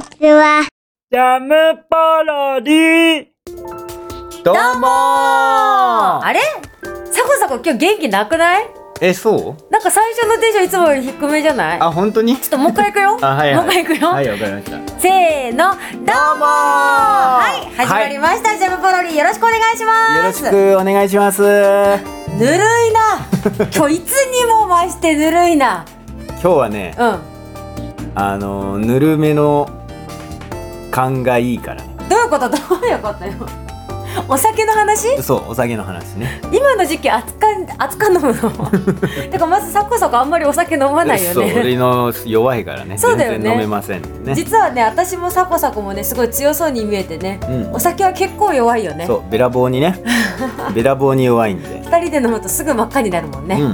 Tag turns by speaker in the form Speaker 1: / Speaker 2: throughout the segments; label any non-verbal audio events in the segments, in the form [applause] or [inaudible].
Speaker 1: ちは。
Speaker 2: ジャムパロディ
Speaker 3: どうも
Speaker 4: あれサコサコ今日元気なくない
Speaker 3: え、そう
Speaker 4: なんか最初のテンションいつもより低めじゃないちょ
Speaker 3: あ、本当に
Speaker 4: っともう一回いくよ
Speaker 3: あ、はい、はい。
Speaker 4: もう一回いくよ、
Speaker 3: はい、わかりました。どう
Speaker 4: せーのどうも
Speaker 3: も
Speaker 4: はい始まりました、ジャムポロリよろしくお願いし
Speaker 3: よ
Speaker 4: ま
Speaker 3: ろ
Speaker 4: す
Speaker 3: しくお願いします。今
Speaker 4: ぬるいな
Speaker 3: [laughs]
Speaker 4: 今日いつにも増してぬるいな
Speaker 3: 日はね、
Speaker 4: うん
Speaker 3: あの、ぬるめの勘がいいからね。
Speaker 4: どういうことどういうことよお酒の
Speaker 3: [laughs]
Speaker 4: 話
Speaker 3: そう、お酒の話ね。
Speaker 4: 今の時期熱か熱か飲むの [laughs] てかまずサコサコあんまりお酒飲まないよ
Speaker 3: そう、
Speaker 4: ね
Speaker 3: 俺の弱いからね。
Speaker 4: そうだよね
Speaker 3: 全然飲めませんね。
Speaker 4: 実はね私もサコサコもねすごい強そうに見えてね、
Speaker 3: うん
Speaker 4: お酒は結構弱いよね
Speaker 3: そう、べらぼう
Speaker 4: [laughs]
Speaker 3: にね。べらぼうに弱いんで。
Speaker 4: 二人で飲むとすぐ真っ赤になるもんね、
Speaker 3: う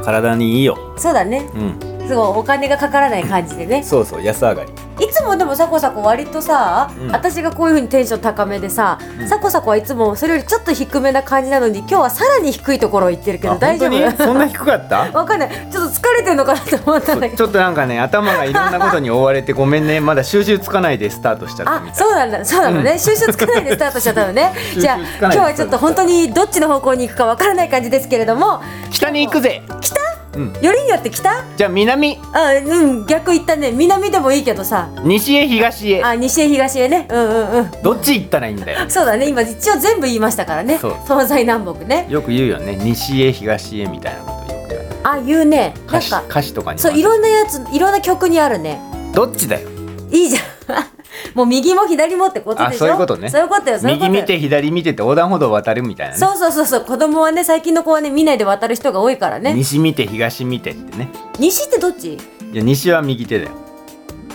Speaker 3: ん。体にいいよ。
Speaker 4: そうだね
Speaker 3: うん。
Speaker 4: すごいお金がかからない感じでね
Speaker 3: そうそう、安上がり。
Speaker 4: いつもでもサコサコ割とさ、
Speaker 3: うん
Speaker 4: 私がこういう風にテンション高めでさ、
Speaker 3: うん
Speaker 4: サコサコはいつもそれよりちょっと低めな感じなのに今日はさらに低いところ行ってるけど
Speaker 3: あ
Speaker 4: 大丈
Speaker 3: 本当に
Speaker 4: 夫 [laughs]
Speaker 3: そんな低かった
Speaker 4: わかんないちょっと疲れてるのかなと思ったんだけ
Speaker 3: ち
Speaker 4: ど
Speaker 3: ょっとなんかね頭がいろんなことに追われてごめんねまだ収集つかないでスタートしちゃったみ
Speaker 4: あ、
Speaker 3: たい
Speaker 4: そうなんだ、そうなのね、収集つかないでスタートしちゃったの
Speaker 3: [laughs]。
Speaker 4: ね
Speaker 3: 収集つ
Speaker 4: じゃ
Speaker 3: か
Speaker 4: あ、
Speaker 3: ない
Speaker 4: 今
Speaker 3: で
Speaker 4: 日はちょっと本当にどっちの方向に行くかわからない感じですけれども、
Speaker 3: 北に行くぜ
Speaker 4: 北
Speaker 3: うん
Speaker 4: よりによって北
Speaker 3: じゃあ南
Speaker 4: あ、うん、逆行ったね、南でもいいけどさ、
Speaker 3: 西へ東へ
Speaker 4: あ、西へ東へね、うんうんうん。
Speaker 3: どっち行ったらいいんだよ
Speaker 4: そうだね、今一応全部言いましたからね
Speaker 3: そう、
Speaker 4: 東西南北ね。
Speaker 3: よく言うよね西へ東へみたいなことよく言うよ
Speaker 4: あ、言うね、な
Speaker 3: 歌
Speaker 4: ん
Speaker 3: 詞
Speaker 4: か、
Speaker 3: 歌詞とかにも
Speaker 4: そう、いろんなやつ、いろんな曲にあるね。
Speaker 3: どっちだよ
Speaker 4: いいじゃん。 [laughs] もう右も左もってことでしょ
Speaker 3: あそういうことね
Speaker 4: そういうことよ、そういうこと
Speaker 3: 右
Speaker 4: よ
Speaker 3: 見て左見てって横断歩道渡るみたいなね
Speaker 4: そうそうそうそう子供はね最近の子はね見ないで渡る人が多いからね
Speaker 3: 西見て東見てってね
Speaker 4: 西ってどっち
Speaker 3: いや西は右手だよ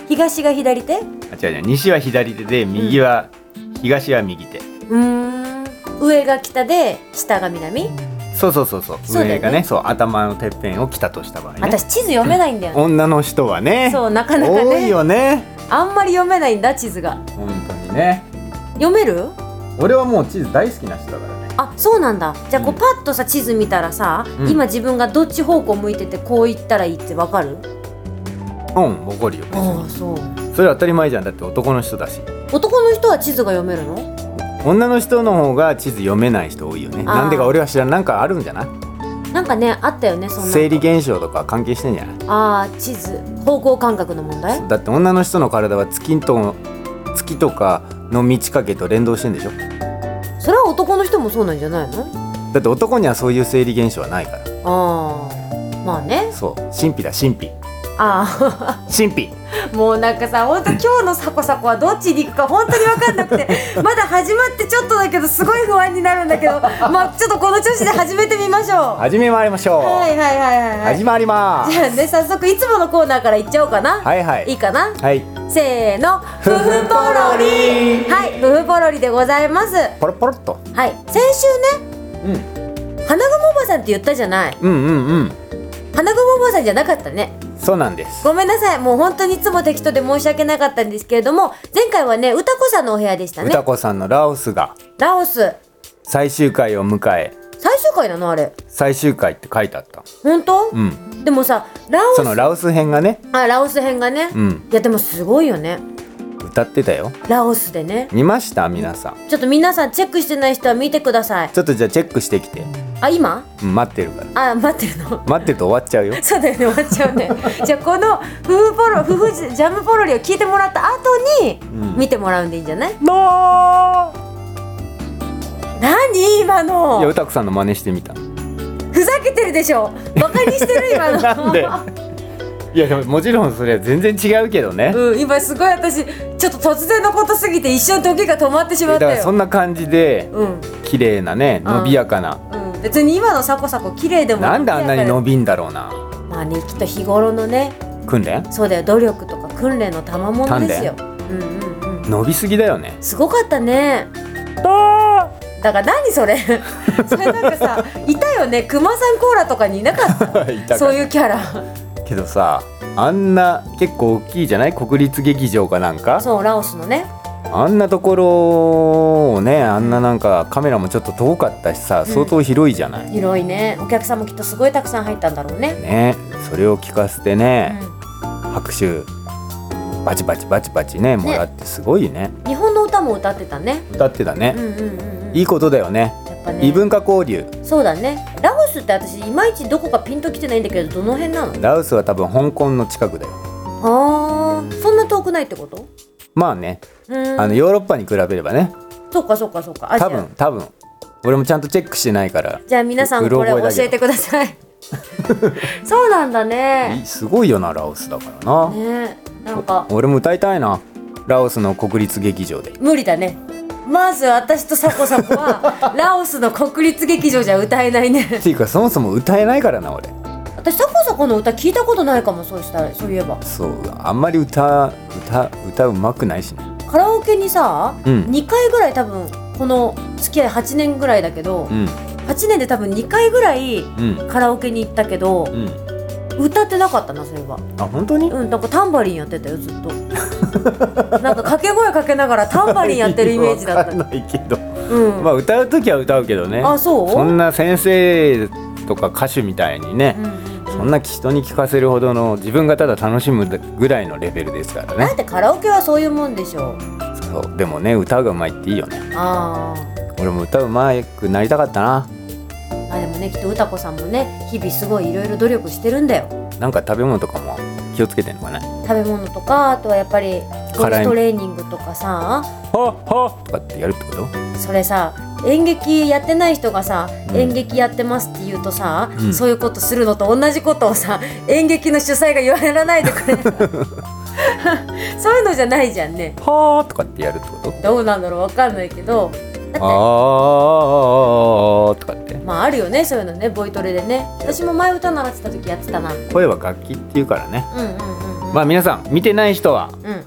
Speaker 4: 東が左手う
Speaker 3: あ違う違う西は左手で右は、東は右手
Speaker 4: ーん上が北で下が南、
Speaker 3: そうそうそうそう
Speaker 4: そうだよね
Speaker 3: 上がねそう頭のてっぺんを北とした場合ね
Speaker 4: 私地図読めないんだよ、ね
Speaker 3: 女の人はね
Speaker 4: そうなかなかね
Speaker 3: 多いよね
Speaker 4: あんまり読めないんだ地図が
Speaker 3: 本当にね
Speaker 4: 読める
Speaker 3: 俺はもう地図大好きな人だからね
Speaker 4: あそうなんだじゃあこう
Speaker 3: うん
Speaker 4: パッとさ地図見たらさ、
Speaker 3: うん
Speaker 4: 今自分がどっち方向向いててこう行ったらいいってわかる、
Speaker 3: うんわかるよ
Speaker 4: ああそう
Speaker 3: それは当たり前じゃんだって男の人だし
Speaker 4: 男の人は地図が読めるの
Speaker 3: 女の人の方が地図読めない人多いよね
Speaker 4: あー
Speaker 3: なんでか俺は知らんなんかあるんじゃない
Speaker 4: なんかねあったよねそんなの
Speaker 3: 生理現象とか関係してんじゃない
Speaker 4: ああ地図方向感覚の問題
Speaker 3: だって女の人の体は月と月とかの満ち欠けと連動してんでしょ
Speaker 4: それは男の人もそうなんじゃないの
Speaker 3: だって男にはそういう生理現象はないから
Speaker 4: ああまあね
Speaker 3: そう神秘だ神秘
Speaker 4: あ
Speaker 3: 神秘
Speaker 4: あもうなんかさ本当今日のサコサコはどっちに行くか本当に分かんなくて [laughs] まだ始まってちょっとだけどすごい不安になるんだけど [laughs] まあちょっとこの調子で始めてみましょうは
Speaker 3: 始めまいりましょう、
Speaker 4: いはいはいはいはい
Speaker 3: 始まりま
Speaker 4: じゃあね早速いつものコーナーから行っちゃおうかな、
Speaker 3: すはいはい
Speaker 4: いいかな
Speaker 3: はい
Speaker 4: せーのふふポロリはいふふポロリでございますは
Speaker 3: ポロポロっと
Speaker 4: い先週ね
Speaker 3: うん
Speaker 4: 花雲おばさんって言ったじゃない
Speaker 3: うんうんうん
Speaker 4: 花雲おばさんじゃなかったね
Speaker 3: そうなんです
Speaker 4: ごめんなさい。もう本当にいつも適当で申し訳なかったんですけれども、前回はね、歌子さんのお部屋でしたね
Speaker 3: 歌。子さんのラオスが
Speaker 4: ラオス。
Speaker 3: 最終回を迎え
Speaker 4: 最終回なのあれ。
Speaker 3: 最終回って書いてあった
Speaker 4: 本当、
Speaker 3: うん
Speaker 4: でもさ、ラオ
Speaker 3: そ
Speaker 4: ス、
Speaker 3: のラオス編がね
Speaker 4: あ、ラオス編がね。
Speaker 3: うん
Speaker 4: いや、でもすごいよね。
Speaker 3: 歌ってたよ
Speaker 4: ラオスでね。
Speaker 3: 見ました皆さん
Speaker 4: ちょっと皆さんチェックしてない人は見てください。
Speaker 3: ちょっとじゃあチェックしてきて、
Speaker 4: あ、今
Speaker 3: うん、待ってるから
Speaker 4: あ、待ってるの。 [laughs]
Speaker 3: 待ってると終わっちゃうよ
Speaker 4: そうだよね、終わっちゃうね。
Speaker 3: [laughs]
Speaker 4: じゃあこの、夫婦ポロ、夫婦ジャムポロリを聞いてもらった後に、
Speaker 3: ん
Speaker 4: 見てもらうんでいいんじゃない
Speaker 3: なー
Speaker 4: 何今
Speaker 3: いや
Speaker 4: の
Speaker 3: 歌子さんの真似してみた
Speaker 4: ふざけてるでしょバカにしてる今の。
Speaker 3: [laughs] なんでいやでももちろんそれは全然違うけどね、
Speaker 4: [laughs] うん、今すごい私ちょっと突然のことすぎて一瞬時が止まってしま
Speaker 3: だ
Speaker 4: っ
Speaker 3: か
Speaker 4: た
Speaker 3: ら
Speaker 4: よ
Speaker 3: そんな感じで
Speaker 4: うん、
Speaker 3: 綺麗なね伸びやかな、
Speaker 4: うん、別に今のサコサコ綺麗でも
Speaker 3: なんであんなに伸
Speaker 4: び
Speaker 3: びんだろうな
Speaker 4: やかでまあねきっと日頃のね
Speaker 3: 訓練
Speaker 4: そうだよ努力とか訓練の賜物ですようんうんうん
Speaker 3: 伸びすぎだよ [laughs] ね
Speaker 4: すごかったねだから何
Speaker 3: [laughs]
Speaker 4: それそれなんかさいたよねクマさんコーラとかにいなかったそういうキャラ
Speaker 3: けどさあんな結構大きいじゃない国立劇場かなんか
Speaker 4: そうラオスのね
Speaker 3: あんなところをねあんななんかカメラもちょっと遠かったしさ相当広いじゃない、
Speaker 4: 広いねお客さんもきっとすごいたくさん入ったんだろうね
Speaker 3: ねそれを聞かせてね、拍手バチバチバチバチねもらってすごいね
Speaker 4: 日本の歌も歌ってたね
Speaker 3: 歌ってたね
Speaker 4: うん、うんうんうん
Speaker 3: いいことだよね
Speaker 4: やっぱね
Speaker 3: 異文化交流
Speaker 4: そうだねラオスって私いまいちどこかピンときてないんだけどどの辺なの
Speaker 3: ラオスは多分香港の近くだよ
Speaker 4: あーそんな遠くないってこと
Speaker 3: まあね
Speaker 4: うーん
Speaker 3: あのヨーロッパに比べればね
Speaker 4: そっかそっかそっかアジア
Speaker 3: 多分多分俺もちゃんとチェックしてないから
Speaker 4: じゃあ皆さ
Speaker 3: うんろ
Speaker 4: これ
Speaker 3: 覚えだけど
Speaker 4: 教えてくださいそうなんだね
Speaker 3: すごいよなラオスだからな
Speaker 4: ねなんか
Speaker 3: 俺も歌いたいなラオスの国立劇場で
Speaker 4: 無理だねまず私とサコサコ
Speaker 3: [laughs]
Speaker 4: はラオスの国立劇場じゃ歌えないね
Speaker 3: っていうかそもそも歌えないからな俺
Speaker 4: 私サコサコの歌聞いたことないかもそうしたらそういえば
Speaker 3: そうあんまり歌歌歌うまくないしね
Speaker 4: カラオケにさ、
Speaker 3: うん
Speaker 4: 2回ぐらい多分この付き合い8年ぐらいだけど、
Speaker 3: うん
Speaker 4: 8年で多分2回ぐらい
Speaker 3: うん
Speaker 4: カラオケに行ったけど
Speaker 3: う、ん
Speaker 4: 歌ってなかったなそういえば
Speaker 3: あ本当に
Speaker 4: うんなんかタンバリンやってたよずっと [laughs] なんか掛け声かけながらタンバリンやってるイメージだった
Speaker 3: [laughs] わかんないけど
Speaker 4: うん、
Speaker 3: まあ歌う時は歌うけどね
Speaker 4: あそう
Speaker 3: そんな先生とか歌手みたいにね
Speaker 4: う、んうん
Speaker 3: そんな人に聞かせるほどの自分がただ楽しむぐらいのレベルですから
Speaker 4: だ
Speaker 3: ね
Speaker 4: ってカラオケはそういうもんでしょう
Speaker 3: そうでもね歌がうまいっていいよね
Speaker 4: あ
Speaker 3: 俺も歌うまくなりたかったな
Speaker 4: ーあでもねきっと歌子さんもね日々すごいいろいろ努力してるんだよ
Speaker 3: なんか食べ物とかも気をつけてんのかね
Speaker 4: 食べ物とかあとはやっぱりボ
Speaker 3: 辛い
Speaker 4: ディトレーニングとかさ
Speaker 2: ほほ
Speaker 3: とかってやるってこと
Speaker 4: それさ演劇やってない人がさ、
Speaker 3: うん
Speaker 4: 演劇やってますって言うとさ、
Speaker 3: うん
Speaker 4: そういうことするのと同じことをさ
Speaker 3: [laughs]
Speaker 4: 演劇の主催が言われないでくれ [laughs] そういうのじゃないじゃんね
Speaker 3: はーとかってやるってこと
Speaker 4: どうなんだろうわかんないけどだって
Speaker 3: あーとかって
Speaker 4: まああるよねそういうのねボイトレでね私も前歌習ってた時やってたなうん
Speaker 3: 声は楽器っていうからね
Speaker 4: うんうんうん、
Speaker 3: まあ皆さん見てない人は
Speaker 4: うん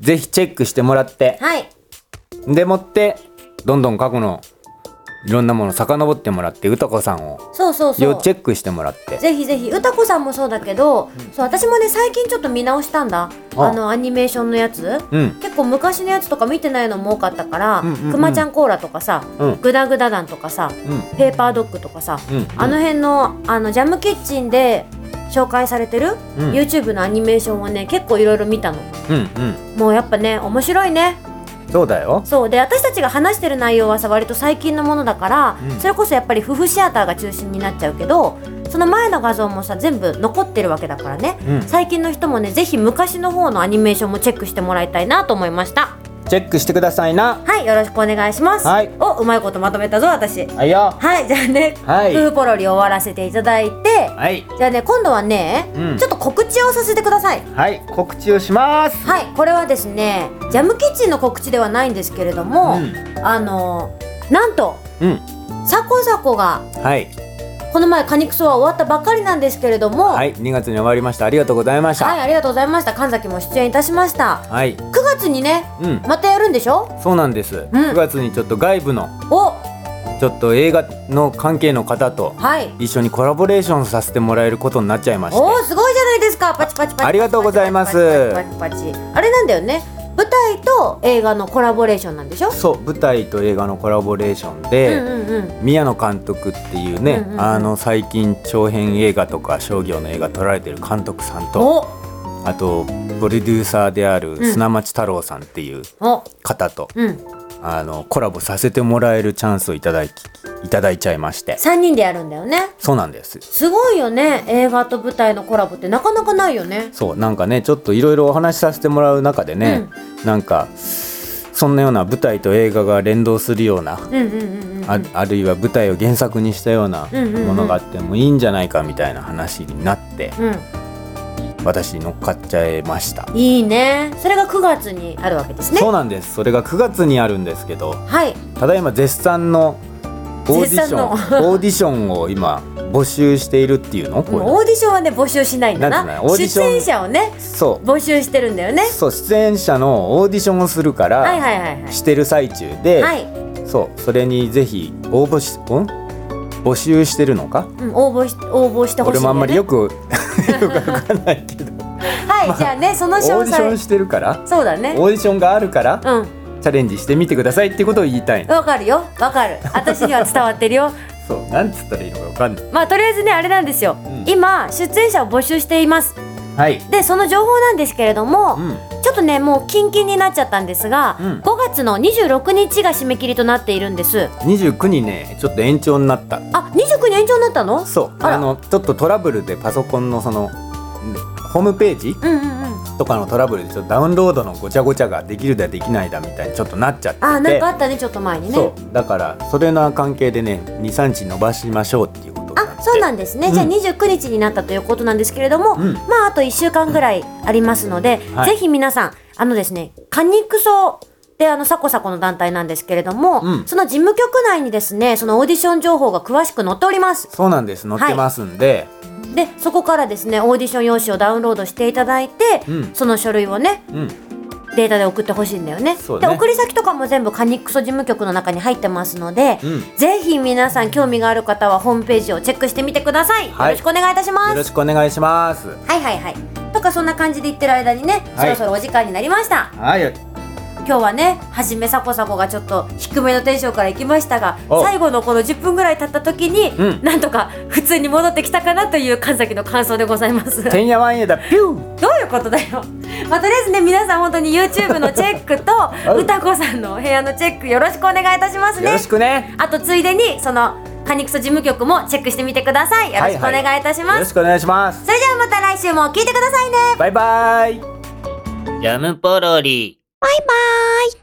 Speaker 3: ぜひチェックしてもらって
Speaker 4: はい
Speaker 3: でもってどんどん過去のいろんなものを遡ってもらって歌子さんを
Speaker 4: そうそうそ
Speaker 3: 要
Speaker 4: う
Speaker 3: チェックしてもらって
Speaker 4: ぜひぜひ歌子さんもそうだけど、そう私もね最近ちょっと見直したんだ
Speaker 3: あ
Speaker 4: あのアニメーションのやつ
Speaker 3: うん
Speaker 4: 結構昔のやつとか見てないのも多かったから
Speaker 3: うんうんうん
Speaker 4: 「くまちゃんコーラ」とかさ
Speaker 3: う
Speaker 4: 「
Speaker 3: ん
Speaker 4: グダグダ団」とかさ
Speaker 3: うん
Speaker 4: 「ペーパードッグ」とかさ
Speaker 3: うん
Speaker 4: あの辺のあのジャムキッチンで紹介されてる
Speaker 3: うん
Speaker 4: YouTube のアニメーションをね結構いろいろ見たの
Speaker 3: うんうん
Speaker 4: もうやっぱね面白いね
Speaker 3: そうだよ
Speaker 4: そうで私たちが話してる内容はさ割と最近のものだから、
Speaker 3: うん
Speaker 4: それこそやっぱり夫婦シアターが中心になっちゃうけどその前の画像もさ全部残ってるわけだからね、
Speaker 3: うん
Speaker 4: 最近の人もねぜひ昔の方のアニメーションもチェックしてもらいたいなと思いました
Speaker 3: チェックしてくださいな
Speaker 4: はいよろしくお願いします、
Speaker 3: はい
Speaker 4: おうまいことまとめたぞ私
Speaker 3: はいよ
Speaker 4: はいじゃあね、
Speaker 3: はい
Speaker 4: 夫婦ポロリ終わらせていただいて
Speaker 3: はい
Speaker 4: じゃあね今度はね、
Speaker 3: うん
Speaker 4: ちょっと告知をさせてください
Speaker 3: はい告知をします
Speaker 4: はいこれはですねジャムキッチンの告知ではないんですけれども、
Speaker 3: う
Speaker 4: あのなんと
Speaker 3: うん
Speaker 4: サコサコが
Speaker 3: はい
Speaker 4: この前カニクソは終わったばかりなんですけれどもは、
Speaker 3: はいい2月に終わりましたありがとうございました
Speaker 4: ありがとうございました神崎も出演いたしました
Speaker 3: はい
Speaker 4: 9月にね
Speaker 3: うん
Speaker 4: またやるんでしょ
Speaker 3: そうなんです9月にちょっと外部の
Speaker 4: お
Speaker 3: ちょっと映画の関係の方と
Speaker 4: はい
Speaker 3: 一緒にコラボレーションさせてもらえることになっちゃいまして
Speaker 4: おーすごいじゃないですかパチパチパチパチ
Speaker 3: ありがとうございます
Speaker 4: パチパチパチパチあれなんだよね舞台と映画のコラボレーションなんでしょ
Speaker 3: そう舞台と映画のコラボレーション
Speaker 4: うん
Speaker 3: で、
Speaker 4: うんうん
Speaker 3: 宮野監督っていうね、
Speaker 4: うんうんうん
Speaker 3: あの最近長編映画とか商業の映画撮られてる監督さんと
Speaker 4: お
Speaker 3: あとプロデューサーである
Speaker 4: ん
Speaker 3: 砂町太郎さんっていう
Speaker 4: お
Speaker 3: 方と、
Speaker 4: うん
Speaker 3: あのコラボさせてもらえるチャンスをいただきいただいちゃいまして
Speaker 4: 3人でやるんだよね
Speaker 3: そうなんです
Speaker 4: すごいよね映画と舞台のコラボってなかなかないよね
Speaker 3: そうなんかねちょっといろいろお話しさせてもらう中でね、なんかそんなような舞台と映画が連動するような
Speaker 4: うんうんうんうん
Speaker 3: ああるいは舞台を原作にしたような
Speaker 4: うんうんうん
Speaker 3: ものがあってもいいんじゃないかみたいな話になって
Speaker 4: う
Speaker 3: 私に乗っかっちゃいました、
Speaker 4: んいいねそれが9月にあるわけですね
Speaker 3: そうなんですそれが9月にあるんですけど
Speaker 4: はい
Speaker 3: ただいま絶賛のオーディ
Speaker 4: 絶
Speaker 3: ション [laughs] オ
Speaker 4: 賛
Speaker 3: ーディションを今募集しているっていうのこういうの
Speaker 4: オーディションはね募集しないんだな
Speaker 3: なんていうのオーディシ
Speaker 4: 出
Speaker 3: ョン
Speaker 4: 演者をね
Speaker 3: そ
Speaker 4: 募集してるんだよね
Speaker 3: うそう出演者のオーディションをするから、
Speaker 4: はいはいはいはい
Speaker 3: してる最中で、
Speaker 4: はい、
Speaker 3: そうそれにぜひ応募しん募集してるのか、
Speaker 4: うん、応募し応募してほし
Speaker 3: 俺
Speaker 4: いんだよね
Speaker 3: もあんまりよく [laughs] よくわかんないけど
Speaker 4: はい、じゃあねその
Speaker 3: オー
Speaker 4: 詳
Speaker 3: ディショ
Speaker 4: 細
Speaker 3: ンしてるから
Speaker 4: そうだね
Speaker 3: オーディションがあるから
Speaker 4: うん
Speaker 3: チャレンジしてみてくださいってことを言いたいの
Speaker 4: わかるよわかる私には伝わってるよ [laughs]
Speaker 3: そうなんつったらいいのかわかんない
Speaker 4: まあとりあえずねあれなんですよ、
Speaker 3: ん
Speaker 4: 今出演者を募集しています
Speaker 3: はい
Speaker 4: でその情報なんですけれども、
Speaker 3: うん
Speaker 4: ちょっとねもうキンキンになっちゃったんですが、
Speaker 3: うん
Speaker 4: 5月の26日が締め切りとなっているんです
Speaker 3: 29にねちょっと延長になった
Speaker 4: あ29に延長になったの
Speaker 3: そう
Speaker 4: あら
Speaker 3: あのちょっとトラブルでパソコンのそのホームページ
Speaker 4: うんうんうん
Speaker 3: とかのトラブルでちょっとダウンロードのごちゃごちゃができるだできないだみたいにちょっとなっちゃってて
Speaker 4: あなんかあったねちょっと前にね
Speaker 3: そうだからそれの関係でね23日伸ばしましょうっていうことになって
Speaker 4: あそうなんですね、
Speaker 3: うん
Speaker 4: じゃあ29日になったということなんですけれども、
Speaker 3: うん
Speaker 4: まああと1週間ぐらいありますので、
Speaker 3: はい
Speaker 4: ぜひ皆さんあのですね果肉層であのサコサコの団体なんですけれども、
Speaker 3: うん
Speaker 4: その事務局内にですねそのオーディション情報が詳しく載っております
Speaker 3: そうなんです載ってますんで、
Speaker 4: でそこからですねオーディション用紙をダウンロードしていただいて、
Speaker 3: うん
Speaker 4: その書類をね
Speaker 3: うん
Speaker 4: データで送ってほしいんだよね
Speaker 3: そう
Speaker 4: で
Speaker 3: ね
Speaker 4: 送り先とかも全部カニックソ事務局の中に入ってますので、
Speaker 3: うん
Speaker 4: ぜひ皆さん興味がある方はホームページをチェックしてみてください、
Speaker 3: は
Speaker 4: よ
Speaker 3: い
Speaker 4: ろしくお願いいたしま
Speaker 3: よろ
Speaker 4: す
Speaker 3: しくお願いします
Speaker 4: はいはいはいとかそんな感じで言ってる間にね、
Speaker 3: はい
Speaker 4: そろそろお時間になりました
Speaker 3: はい
Speaker 4: 今日はねはじめさこさこがちょっと低めのテンションから行きましたが
Speaker 3: お
Speaker 4: 最後のこの10分ぐらい経った時に、
Speaker 3: うん
Speaker 4: なんとか普通に戻ってきたかなという神崎の感想でございます
Speaker 3: てんやわんやだピュー
Speaker 4: どういうことだよ。まあ、とりあえずね、皆さん本当に YouTube のチェック
Speaker 3: [laughs]
Speaker 4: と、
Speaker 3: い
Speaker 4: 歌子さんのお部屋のチェックよろしくお願いいたします
Speaker 3: よ
Speaker 4: ね
Speaker 3: ろ。しくね
Speaker 4: あとついでに、その、カニクソ事務局もチェックしてみてください。よろしくお願いいたします。
Speaker 3: よろしくお願いします
Speaker 4: それじゃあまた来週も聞いてくださいね。
Speaker 3: バイバイ
Speaker 2: ジャムポロリ。
Speaker 4: バイバイ。